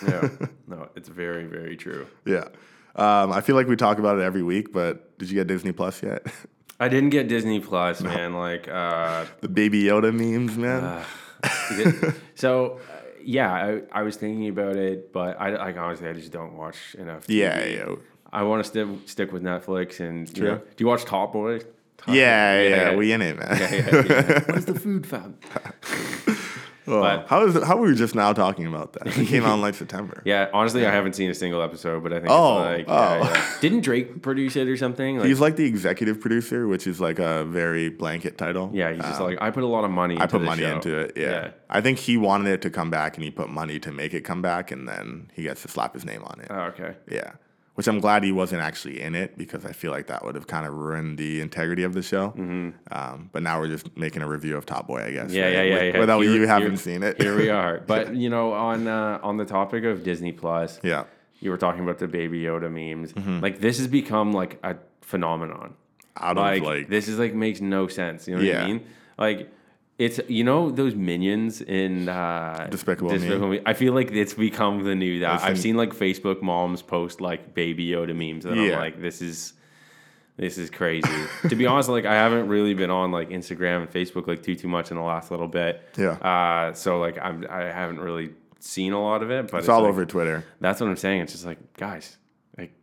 S1: no no it's very very true
S2: Yeah. Um, I feel like we talk about it every week, but did you get Disney Plus yet? [LAUGHS]
S1: i didn't get disney plus man like [LAUGHS] uh
S2: the Baby Yoda memes, man.
S1: is it- so uh, yeah I, I was thinking about it but i like honestly i just don't watch enough TV.
S2: yeah, yeah.
S1: i want to sti- stick with netflix and you know,
S2: True.
S1: do you watch top boy Top- [LAUGHS]
S2: Yeah, yeah, we in it, man. [LAUGHS]
S1: yeah, yeah. where's the food fam
S2: Oh,
S1: But
S2: how is it, how were we just now talking about that? It came out in like September.
S1: [LAUGHS] yeah, honestly, I haven't seen a single episode, but I think
S2: Oh,
S1: it's like,
S2: oh.
S1: yeah,
S2: [LAUGHS]
S1: yeah. didn't Drake produce it or something? Like,
S2: He's like the executive producer, which is like a very blanket title.
S1: yeah, he's just
S2: Um,
S1: like, I put a lot of money.
S2: I
S1: into
S2: put
S1: this
S2: money
S1: show."
S2: into it. Yeah. I think he wanted it to come back and he put money to make it come back and then he gets to slap his name on it.
S1: Oh, okay.
S2: yeah. Which I'm glad he wasn't actually in it because I feel like that would have kind of ruined the integrity of the show. Um, but now we're just making a review of Top Boy, I guess.
S1: Mm-hmm. Yeah,
S2: right?
S1: yeah, yeah,
S2: With-
S1: yeah.
S2: Without
S1: Here-
S2: you
S1: here-
S2: having seen it.
S1: Here
S2: [LAUGHS]
S1: we are. But you know, on uh, on the topic of Disney Plus,
S2: yeah. Mm-hmm.
S1: you were talking about the Baby Yoda memes. Like this has become like a phenomenon.
S2: Out
S1: like,
S2: of like
S1: this is like makes no sense. You know what I
S2: Yeah.
S1: mean? Like it's you know those minions in uh,
S2: Despicable Me.
S1: Me. I feel like it's become the new that
S2: It's
S1: I've
S2: the-
S1: seen like Facebook moms post like Baby Yoda memes, and
S2: Yeah.
S1: I'm like, this is. This is crazy. to be honest, like I haven't really been on like Instagram and Facebook like too too much in the last little bit.
S2: Yeah.
S1: Uh, so like I'm I haven't really seen a lot of it, but
S2: it's all
S1: like-
S2: over Twitter.
S1: That's what I'm saying. It's just like guys, like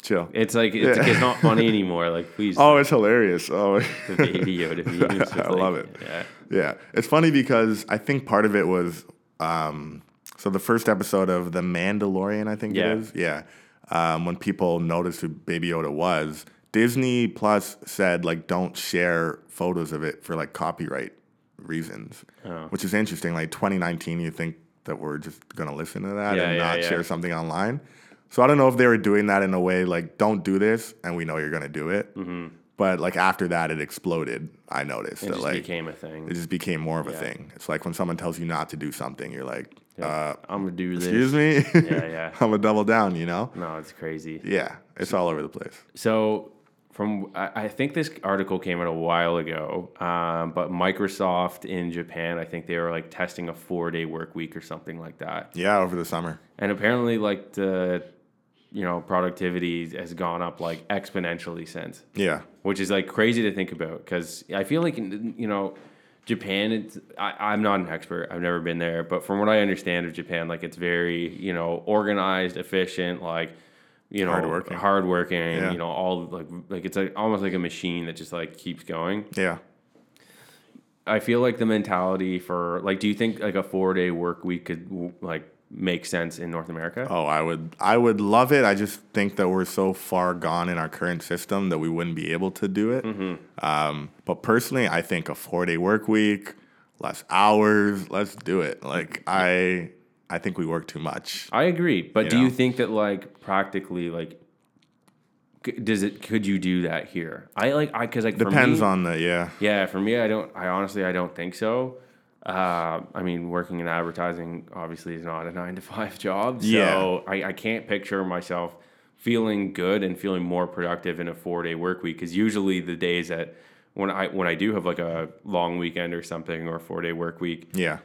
S2: Chill.
S1: it's like it's,
S2: Yeah.
S1: it's not
S2: [LAUGHS]
S1: funny anymore. Like please,
S2: oh, it's hilarious. Oh, [LAUGHS]
S1: [LAUGHS] the baby Yoda. meme. It's just
S2: I
S1: like-
S2: love it.
S1: Yeah.
S2: Yeah, it's funny because I think part of it was um, so the first episode of The Mandalorian, I think
S1: Yeah.
S2: it is. Yeah, um, when people noticed who Baby Yoda was, Disney Plus said like don't share photos of it for like copyright reasons,
S1: Oh.
S2: which is interesting. Like 2019, you think that we're just gonna listen to that
S1: Yeah,
S2: and
S1: yeah,
S2: not
S1: yeah.
S2: share something online? So I don't know if they were doing that in a way like don't do this, and we know you're gonna do it.
S1: Mm-hmm.
S2: But like after that, it exploded. I noticed
S1: It
S2: that
S1: just
S2: like
S1: became a thing.
S2: it just became more of a thing. It's like when someone tells you not to do something, you're like, uh,
S1: I'm gonna do this.
S2: excuse me? [LAUGHS]
S1: Yeah, yeah.
S2: I'm a double down, you know?
S1: No, it's crazy.
S2: Yeah, it's all over the place.
S1: So from I I think this article came out a while ago, um, but Microsoft in Japan, I think they were like testing a four day work week or something like that.
S2: Yeah, over the summer.
S1: and apparently like the you know productivity has gone up like exponentially since
S2: Yeah.
S1: which is like crazy to think about because i feel like in- you know japan it's I, i'm not an expert i've never been there but from what i understand of japan like it's very you know organized efficient like you know
S2: Hardworking.
S1: hardworking
S2: Yeah.
S1: you know all like like it's like almost like a machine that just like keeps going
S2: Yeah.
S1: I feel like the mentality for like, do you think like a four day work week could like make sense in North America?
S2: Oh, I would I would love it. I just think that we're so far gone in our current system that we wouldn't be able to do it.
S1: Mm-hmm.
S2: Um, but personally, I think a four day work week, less hours, let's do it. Like I I think we work too much.
S1: I agree, but
S2: You
S1: do
S2: know?
S1: you think that like practically like c- does it could you do that here? I like I because like
S2: Depends
S1: for me,
S2: on the yeah.
S1: yeah for me I don't I honestly I don't think so. Uh, I mean, working in advertising obviously is not a nine to five job, so
S2: Yeah.
S1: I, I can't picture myself feeling good and feeling more productive in a four day work week. Because usually the days that when I when I do have like a long weekend or something or a four day work week,
S2: Yeah.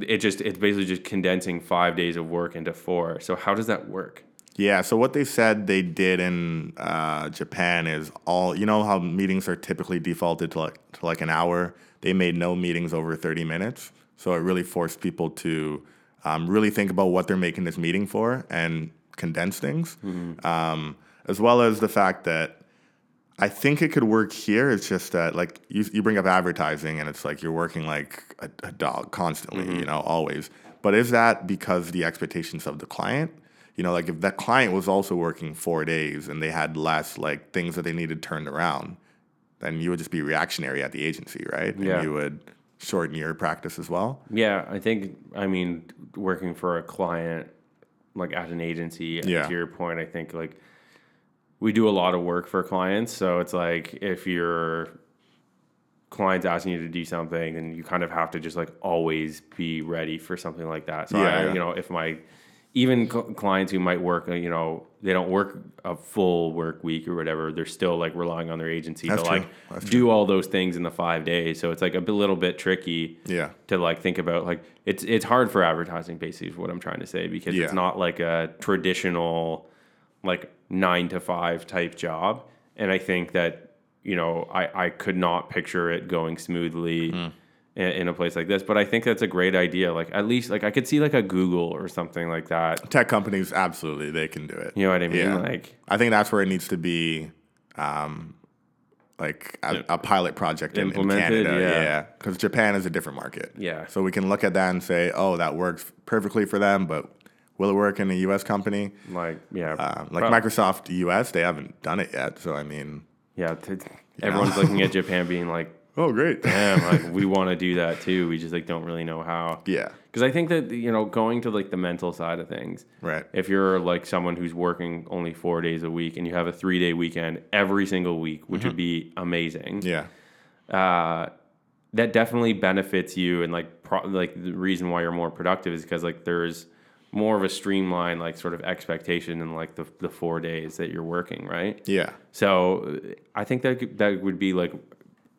S1: it just it's basically just condensing five days of work into four. So how does that work?
S2: Yeah, so what they said they did in uh, Japan is all you know how meetings are typically defaulted to like to like an hour. They made no meetings over thirty minutes, so it really forced people to um, really think about what they're making this meeting for and condense things, um, as well as the fact that I think it could work here. It's just that like you, you bring up advertising and it's like you're working like a, a dog constantly, you know, always. But is that because the expectations of the client? You know, like if that client was also working four days and they had less like things that they needed turned around, then you would just be reactionary at the agency, right? And
S1: Yeah.
S2: you would shorten your practice as well.
S1: Yeah, I think I mean working for a client like at an agency.
S2: Yeah.
S1: To your point, I think like we do a lot of work for clients, so it's like if your client's asking you to do something, then you kind of have to just like always be ready for something like that. So
S2: Yeah,
S1: I,
S2: yeah.
S1: you know, if my even cl- clients who might work, uh, you know, they don't work a full work week or whatever, they're still like relying on their agency
S2: That's
S1: to
S2: true.
S1: like
S2: That's
S1: do all those things in the five days. So it's like a bit- little bit tricky
S2: Yeah.
S1: to like think about like it's it's hard for advertising basically is what I'm trying to say because
S2: Yeah.
S1: it's not like a traditional like nine to five type job. And I think that, you know, I, I could not picture it going smoothly in, in a place like this. But I think that's a great idea. Like at least like I could see like a Google or something like that.
S2: Tech companies absolutely they can do it.
S1: You know what I mean?
S2: Yeah.
S1: Like
S2: I think that's where it needs to be um, like a, a pilot project in, in
S1: Implemented,
S2: Canada.
S1: yeah.
S2: Yeah, because Japan is a different market.
S1: Yeah.
S2: So we can look at that and say, oh, that works perfectly for them, but will it work in a U.S. company?
S1: Like yeah,
S2: Um, like
S1: Well,
S2: Microsoft U.S., they haven't done it yet. So I mean,
S1: yeah. t- everyone's looking at Japan, being like,
S2: oh great,
S1: "Damn, like we want to do that too. We just like don't really know how."
S2: [LAUGHS] yeah,
S1: Because I think that you know, going to like the mental side of things,
S2: right,
S1: if you're like someone who's working only four days a week and you have a three day weekend every single week, which would be amazing,
S2: yeah,
S1: uh, that definitely benefits you. And like, pro- like the reason why you're more productive is because like there's more of a streamlined like sort of expectation in like the, the four days that you're working, right?
S2: yeah,
S1: So uh, I think that could- that would be like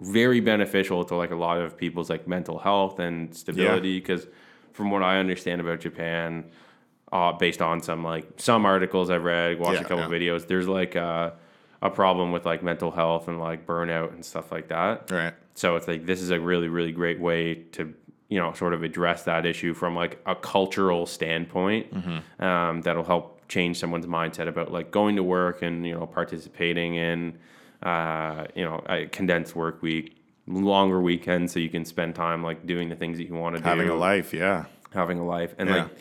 S1: very beneficial to like a lot of people's like mental health and stability because from what I understand about Japan, uh, based on some like some articles I've read, watched
S2: Yeah,
S1: a couple
S2: yeah.
S1: videos, there's like uh, a problem with like mental health and like burnout and stuff like that.
S2: right,
S1: So it's like this is a really really great way to you know sort of address that issue from like a cultural standpoint
S2: Mm-hmm.
S1: um, that'll help change someone's mindset about like going to work and you know participating in uh, you know a condensed work week, longer weekends so you can spend time like doing the things that you want to do,
S2: having a life, yeah,
S1: having a life, and
S2: Yeah.
S1: like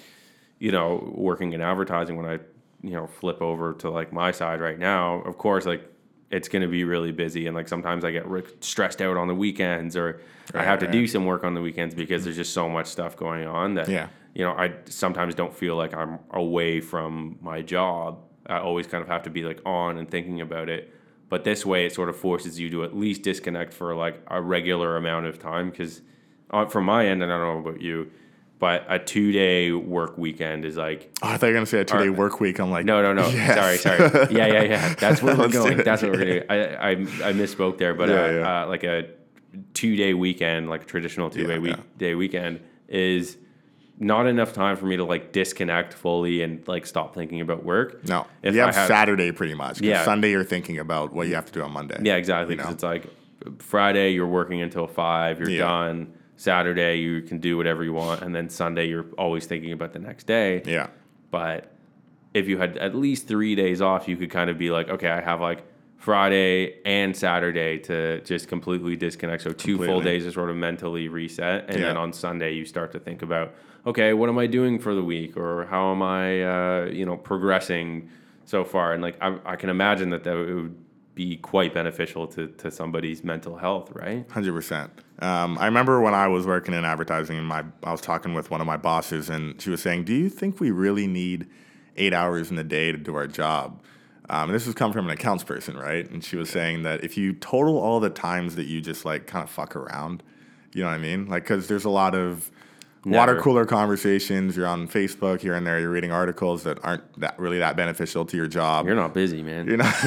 S1: you know working in advertising when I you know flip over to like my side right now, of course like it's going to be really busy and like sometimes I get re- stressed out on the weekends or I
S2: Right,
S1: have to
S2: right.
S1: do some work on the weekends because there's just so much stuff going on that
S2: Yeah.
S1: you know I sometimes don't feel like I'm away from my job. I always kind of have to be like on and thinking about it. But this way, it sort of forces you to at least disconnect for like a regular amount of time. Because from my end, and I don't know about you, but a two day work weekend is like
S2: Oh, I thought you were gonna say a two-day
S1: Or-
S2: work week. I'm like,
S1: no, no, no.
S2: yes.
S1: Sorry, sorry. Yeah, yeah, yeah. That's
S2: [LAUGHS]
S1: where we're
S2: Let's do
S1: going.
S2: it.
S1: That's what we're gonna. Do. I, I I misspoke there, but
S2: Yeah,
S1: uh,
S2: yeah.
S1: Uh, like a two day weekend, like a traditional two day
S2: Yeah,
S1: week
S2: yeah.
S1: day weekend, is not enough time for me to like disconnect fully and like stop thinking about work.
S2: [LAUGHS] No,
S1: If
S2: you
S1: I
S2: have,
S1: have-
S2: Saturday pretty much. 'cause
S1: Yeah.
S2: Sunday you're thinking about what you have to do on Monday.
S1: Yeah, exactly.
S2: You
S1: 'cause
S2: know?
S1: it's like Friday, you're working until five, you're
S2: Yeah.
S1: done. Saturday, you can do whatever you want, and then Sunday, you're always thinking about the next day.
S2: Yeah,
S1: but if you had at least three days off, you could kind of be like, okay, I have like Friday and Saturday to just completely disconnect. So two full
S2: Completely.
S1: days to sort of mentally reset, and then
S2: Yeah.
S1: on Sunday you start to think about, okay, what am I doing for the week, or how am I, uh, you know, progressing so far? And like I, I can imagine that that it would be quite beneficial to to somebody's mental health, right?
S2: hundred percent. Um, I remember when I was working in advertising, and my I was talking with one of my bosses, and she was saying, "Do you think we really need eight hours in the day to do our job?" Um, and this was coming from an accounts person, right? And she was saying that if you total all the times that you just like kind of fuck around, you know what I mean? Like, because there's a lot of water
S1: Never.
S2: cooler conversations. You're on Facebook, you're in there, you're reading articles that aren't that really that beneficial to your job.
S1: You're not busy, man.
S2: You know, [LAUGHS]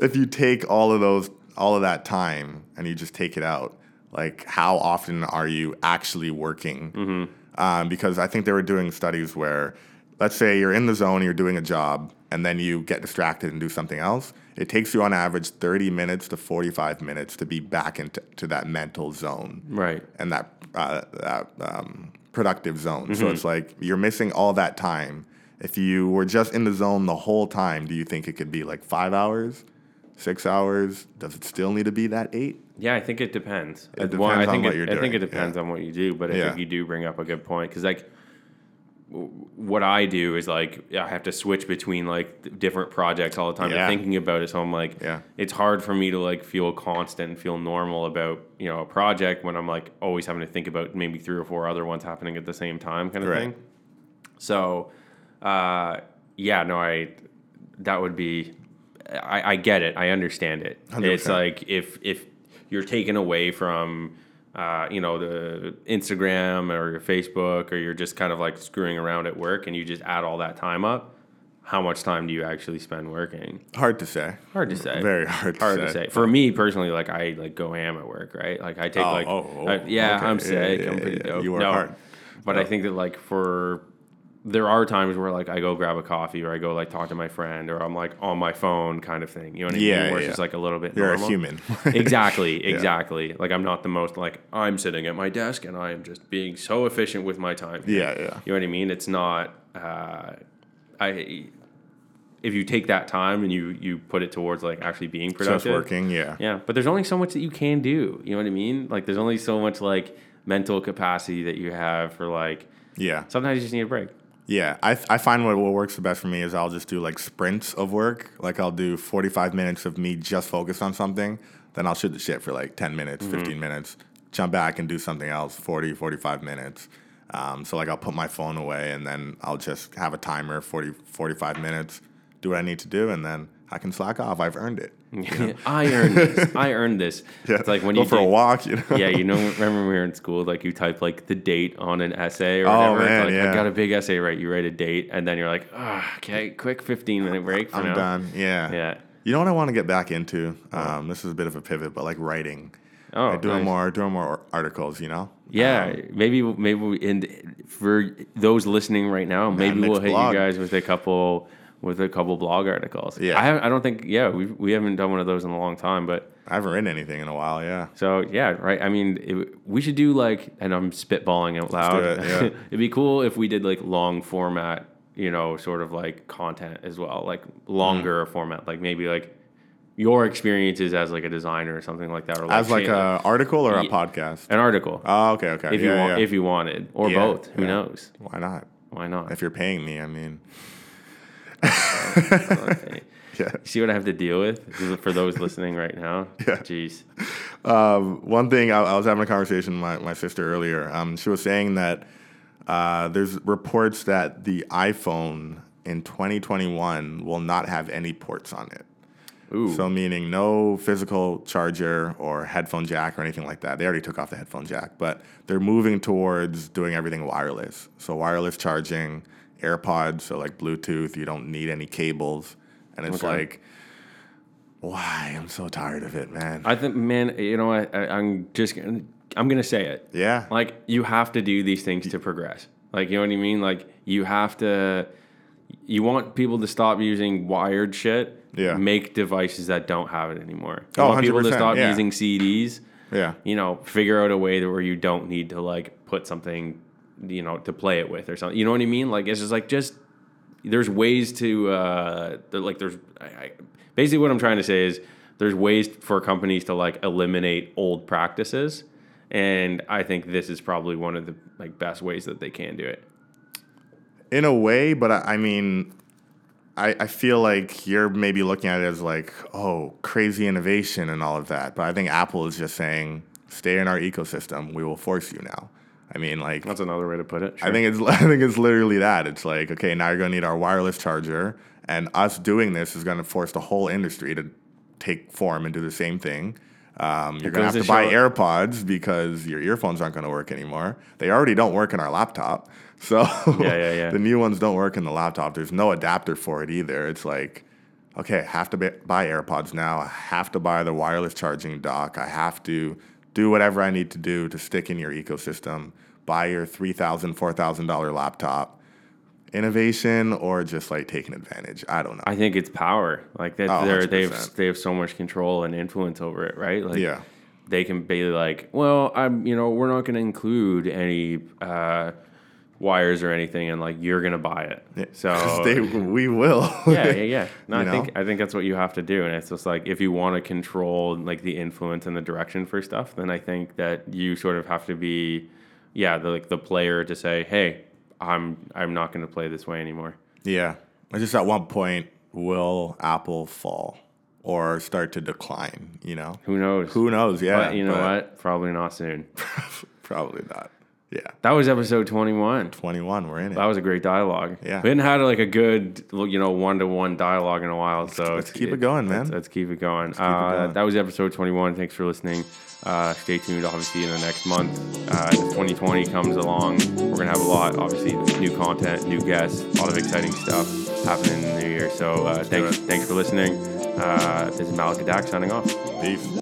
S2: if you take all of those, all of that time, and you just take it out, like how often are you actually working? Um, because I think they were doing studies where, let's say you're in the zone, you're doing a job, and then you get distracted and do something else. It takes you on average 30 minutes to 45 minutes to be back into to that mental zone
S1: Right.
S2: and that uh, that um, productive zone.
S1: Mm-hmm.
S2: So it's like you're missing all that time. If you were just in the zone the whole time, do you think it could be like five hours, six hours? Does it still need to be that eight?
S1: Yeah, I think it depends.
S2: It
S1: Well, I
S2: depends on
S1: think
S2: what
S1: it,
S2: you're
S1: I think it
S2: doing,
S1: depends
S2: yeah.
S1: on what you do, but I
S2: Yeah.
S1: think you do bring up a good point because like w- what I do is like I have to switch between like th- different projects all the time.
S2: Yeah.
S1: And thinking about it, so I'm like,
S2: Yeah.
S1: it's hard for me to like feel constant and feel normal about you know a project when I'm like always having to think about maybe three or four other ones happening at the same time, kind of
S2: Right.
S1: thing. So, uh, yeah, no, I that would be. I, I get it. I understand it. It's
S2: 100%.
S1: like if if you're taken away from, uh, you know, the Instagram or your Facebook, or you're just kind of like screwing around at work, and you just add all that time up. How much time do you actually spend working?
S2: Hard to say.
S1: Hard to say.
S2: Very hard to
S1: Hard
S2: say.
S1: to say. For me personally, like I like go ham at work, right? Like I take
S2: Oh,
S1: like
S2: oh, oh,
S1: I- yeah,
S2: okay.
S1: I'm
S2: Yeah,
S1: sick.
S2: yeah,
S1: I'm pretty
S2: yeah, yeah.
S1: dope.
S2: You work
S1: no,
S2: hard.
S1: But I think that like for there are times where like I go grab a coffee or I go like talk to my friend or I'm like on my phone kind of thing. You know what I mean?
S2: Yeah,
S1: Where
S2: yeah.
S1: it's just like a little bit.
S2: You're
S1: normal.
S2: a human. [LAUGHS]
S1: exactly, exactly. Like I'm not the most like I'm sitting at my desk and I am just being so efficient with my time.
S2: yeah, yeah.
S1: You know what I mean? It's not. Uh, I if you take that time and you you put it towards like actually being productive,
S2: Just working, yeah.
S1: yeah, but there's only so much that you can do. You know what I mean? Like there's only so much like mental capacity that you have for like
S2: Yeah.
S1: sometimes you just need a break.
S2: Yeah, I, I find what, what works the best for me is I'll just do like sprints of work. Like I'll do 45 minutes of me just focused on something. Then I'll shoot the shit for like 10 minutes,
S1: Mm-hmm.
S2: 15 minutes, jump back and do something else, 40, 45 minutes. Um, so like I'll put my phone away and then I'll just have a timer, 40, 45 minutes, do what I need to do. And then I can slack off. I've earned it.
S1: I earned
S2: [LAUGHS]
S1: this. I earned this. It's like when
S2: Go
S1: you
S2: for a
S1: do-
S2: walk, you know?
S1: yeah, you know, remember when we were in school, like you type like the date on an essay or
S2: Oh,
S1: whatever. It's
S2: man,
S1: like, I
S2: yeah.
S1: got a big essay, right? You write a date, and then you're like, ah, okay, quick 15 minute break. For
S2: [LAUGHS] I'm
S1: now.
S2: done. Yeah.
S1: Yeah.
S2: You know what I want to get back into? Um, this is a bit of a pivot, but like writing.
S1: Oh,
S2: Like, doing
S1: nice.
S2: more, doing more articles. You know.
S1: Yeah,
S2: Um,
S1: maybe maybe we, and for those listening right now, maybe
S2: next
S1: we'll hit
S2: blog.
S1: you guys with a couple with a couple blog articles.
S2: Yeah.
S1: I, haven't- I don't think yeah we we haven't done one of those in a long time, but
S2: I haven't written anything in a while. Yeah.
S1: So yeah, right. I mean, it, we should do like, and I'm spitballing out loud.
S2: do it, yeah.
S1: [LAUGHS] would be cool if we did like long format, you know, sort of like content as well, like longer
S2: Mm-hmm.
S1: format, like maybe like your experiences as like a designer or something like that, or
S2: As like
S1: shit,
S2: a article or a
S1: Ye-
S2: podcast.
S1: an article,
S2: Oh, okay, okay.
S1: if
S2: yeah,
S1: you want,
S2: yeah.
S1: if you wanted, or
S2: Yeah,
S1: both. Who
S2: yeah.
S1: knows?
S2: why not?
S1: Why not?
S2: [LAUGHS] If you're paying me, I mean,
S1: Okay.
S2: yeah.
S1: See what I have to deal with for those listening right
S2: [LAUGHS]
S1: now. Jeez.
S2: Um, one thing I, I was having a conversation with my, my sister earlier. Um, she was saying that uh, there's reports that the iPhone in 2021 will not have any ports on it.
S1: Ooh.
S2: So meaning no physical charger or headphone jack or anything like that. They already took off the headphone jack, but they're moving towards doing everything wireless. So wireless charging, AirPods, so like Bluetooth, you don't need any cables. And it's
S1: Okay.
S2: like why? I'm so tired of it, man.
S1: I think, man, you know, I, I, I'm just, gonna- I'm gonna say it.
S2: yeah.
S1: like you have to do these things to progress like you know what i mean like you have to you want people to stop using wired shit
S2: Yeah.
S1: make devices that don't have it anymore you
S2: Oh,
S1: want people to
S2: 100%,
S1: stop
S2: yeah.
S1: using cds
S2: yeah.
S1: you know figure out a way that where you don't need to like put something you know to play it with or something you know what i mean like it's just like just there's ways to uh that, like there's I, I, basically what i'm trying to say is there's ways for companies to like eliminate old practices and i think this is probably one of the like best ways that they can do it
S2: In a way, but I, I mean, I, I feel like you're maybe looking at it as like, oh, crazy innovation and all of that. But I think Apple is just saying, stay in our ecosystem. We will force you now. I mean, like,
S1: that's another way to put it
S2: I think it's [LAUGHS] I think it's literally that. It's like, okay, now you're gonna need our wireless charger, and us doing this is gonna force the whole industry to take form and do the same thing. Um, you're gonna
S1: goes
S2: have to
S1: to
S2: buy
S1: show-
S2: AirPods because your earphones aren't gonna work anymore. They already don't work in our laptop, [LAUGHS] so
S1: yeah, yeah.
S2: the new ones don't work in the laptop. There's no adapter for it either. It's like. Okay, I have to be- buy AirPods now. I have to buy the wireless charging dock. I have to do whatever I need to do to stick in your ecosystem. Buy your $3,000, $4,000 laptop. Innovation or just like taking advantage. I don't know.
S1: I think it's power. Like that,
S2: Oh,
S1: they're, they have
S2: 100%.
S1: they have so much control and influence over it, right? Like,
S2: Yeah.
S1: they can be like, well, I'm, you know, we're not going to include any uh, wires or anything, and like you're going to buy it. So
S2: [LAUGHS] Stay- we will.
S1: yeah, yeah, yeah. No, I
S2: You know?
S1: think I think that's what you have to do, and it's just like if you want to control like the influence and the direction for stuff, then I think that you sort of have to be, yeah, the, like the player to say, hey, I'm I'm not going to play this way anymore.
S2: Yeah. I just at one point, will Apple fall or start to decline? You know?
S1: Who knows?
S2: Who knows? Yeah.
S1: But you know
S2: but
S1: what? Probably not soon.
S2: Probably not. Yeah.
S1: That was episode 21.
S2: 21, we're in it.
S1: That was a great dialogue.
S2: Yeah.
S1: We hadn't had like a good, you know, one to one dialogue in a while. So
S2: let's
S1: it's-
S2: keep it going,
S1: let's-
S2: man.
S1: Let's keep it going. uh,
S2: going.
S1: That was episode 21. Thanks for listening. Uh, stay tuned, obviously, in the next month. Uh, if 2020 comes along, we're going to have a lot, obviously, new content, new guests, a lot of exciting stuff happening in the new year. So uh,
S2: do
S1: thanks,
S2: it.
S1: thanks for listening. Uh, this is Malika Dak signing off.
S2: Peace.